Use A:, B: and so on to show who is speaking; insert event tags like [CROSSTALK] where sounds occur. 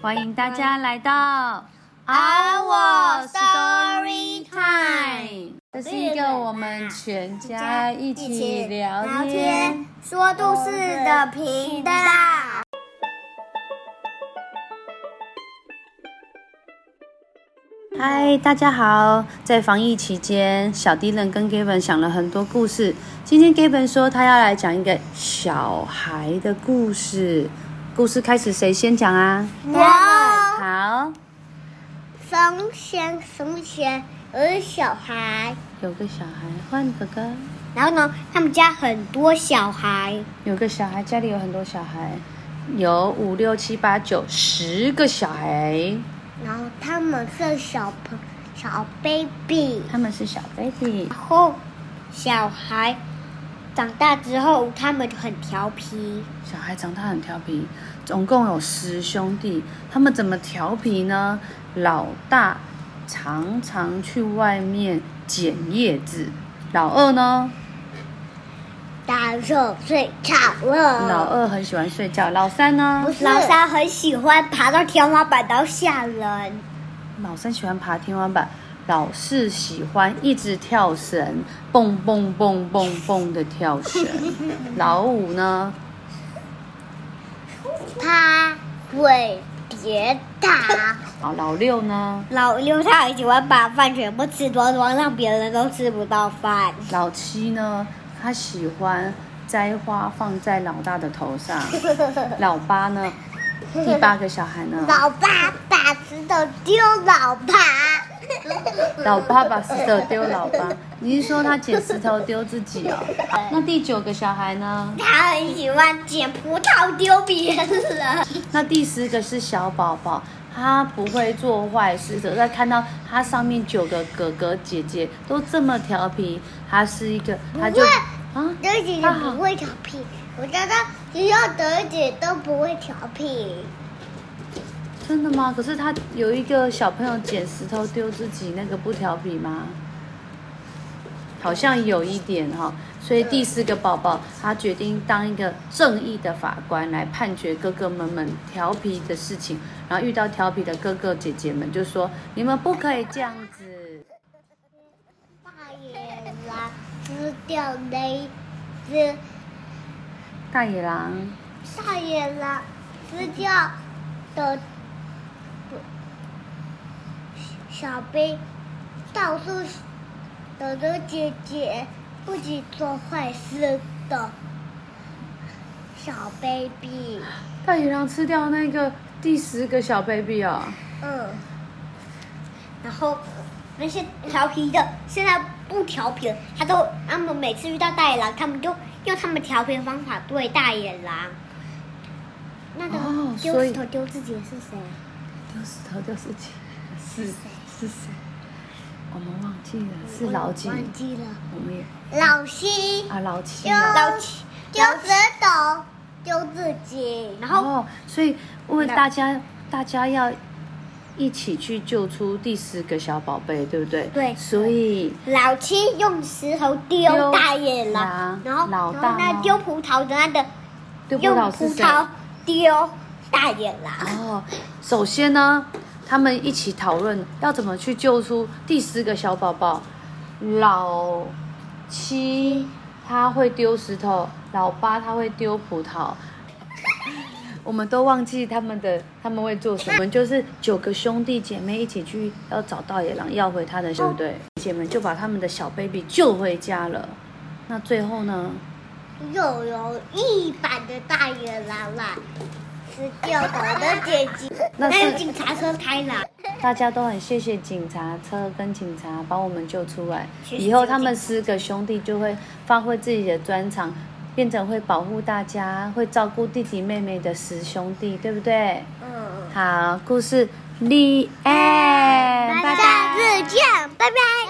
A: 欢迎大家来到
B: Our Story Time。
A: 这是一个我们全家一起聊天。
B: 说故事的频道。
A: 嗨，大家好！在防疫期间，小 d 人跟 Gavin 想了很多故事。今天 Gavin 说他要来讲一个小孩的故事。故事开始，谁先讲啊？
B: 我
A: 好，
B: 从前从前有一小孩，
A: 有个小孩，换哥哥。
B: 然后呢，他们家很多小孩，
A: 有个小孩，家里有很多小孩，有五六七八九十个小孩，
B: 然后他们是小朋小 baby，
A: 他们是小 baby。
B: 然后小孩长大之后，他们就很调皮。
A: 小孩长大很调皮，总共有十兄弟，他们怎么调皮呢？老大常常去外面捡叶子，老二呢，
B: 打热睡吵了。
A: 老二很喜欢睡觉，老三呢
B: 不，是老三很喜欢爬到天花板然后吓人，
A: 老三喜欢爬天花板，老四喜欢一直跳绳，蹦蹦蹦蹦蹦的跳
B: [LAUGHS]
A: 绳，老五呢，
B: 他会跌倒。
A: 啊，老六呢，
B: [LAUGHS] 老六他很喜欢把饭全部吃光光，让别人都吃不到饭。
A: 老七呢，他喜欢摘花放在老大的头上。老八呢？第八个小孩
B: [LAUGHS]
A: 呢？
B: 老爸把石头丢老爸，
A: 老八把石头丢老八，你是说他捡石头丢自己哦？那第九个小孩呢？
B: [LAUGHS] 他很喜欢捡葡萄丢别人。
A: 那第十个是小宝宝，他不会做坏事的。在看到他上面九个哥哥姐姐都这么调皮，他是一个，他就啊，
B: 德姐姐不会调皮，我知道只有德姐都不会调皮。 [LAUGHS]
A: 真的吗？可是他有一个小朋友捡石头丢自己，那个不调皮吗？好像有一点哈、所以第四个宝宝他决定当一个正义的法官来判决哥哥们们调皮的事情，然后遇到调皮的哥哥姐姐们就说你们不可以这样子。
B: 大野狼吃掉那一只
A: 大野狼，
B: 大野狼吃掉的小兵，到处的的姐姐不仅做坏事的小 baby，
A: 大野狼吃掉那个第十个小 baby 哦，
B: 嗯，然后那些调皮的现在不调皮了，他都他们每次遇到大野狼，他们就用他们调皮的方法对大野狼。那个
A: 哦
B: 丢
A: 所以
B: 石头丢自己的是谁？
A: 丢石头丢自己，是是谁？我们忘记了，是老几？
B: 我忘记了。
A: 我们也
B: 老七
A: 啊，老七
B: 丢
A: 啊、
B: 老七丢石头丢自己，然后
A: 哦，所以为大家，大家要一起去救出第十个小宝贝，对不对？
B: 对
A: 所以
B: 老七用石头
A: 丢
B: 丢大野
A: 狼
B: 狼，然后
A: 老
B: 然
A: 大
B: 后那
A: 呢
B: 丢葡萄的那个
A: 对不
B: 用
A: 老
B: 葡
A: 师谁？
B: 萄丢大野狼，
A: 哦，首先呢，他们一起讨论要怎么去救出第十个小宝宝。老七他会丢石头，老八他会丢葡萄。 [LAUGHS] 我们都忘记他们的他们会做什么，我们就是九个兄弟姐妹一起去要找大野狼，要回他的，对不对？姐们就把他们的小 baby 救回家了。那最后呢？
B: 又有一版的大野狼啦，吃掉我的姐姐，
A: [LAUGHS] 那是
B: 还有警察车开了。
A: 大家都很谢谢警察车跟警察把我们救出来，
B: 谢谢
A: 以后他们四个兄弟就会发挥自己的专长，变成会保护大家、会照顾弟弟妹妹的十兄弟，对不对？
B: 嗯，
A: 好，故事 The End，拜拜。
B: 下次见，拜拜。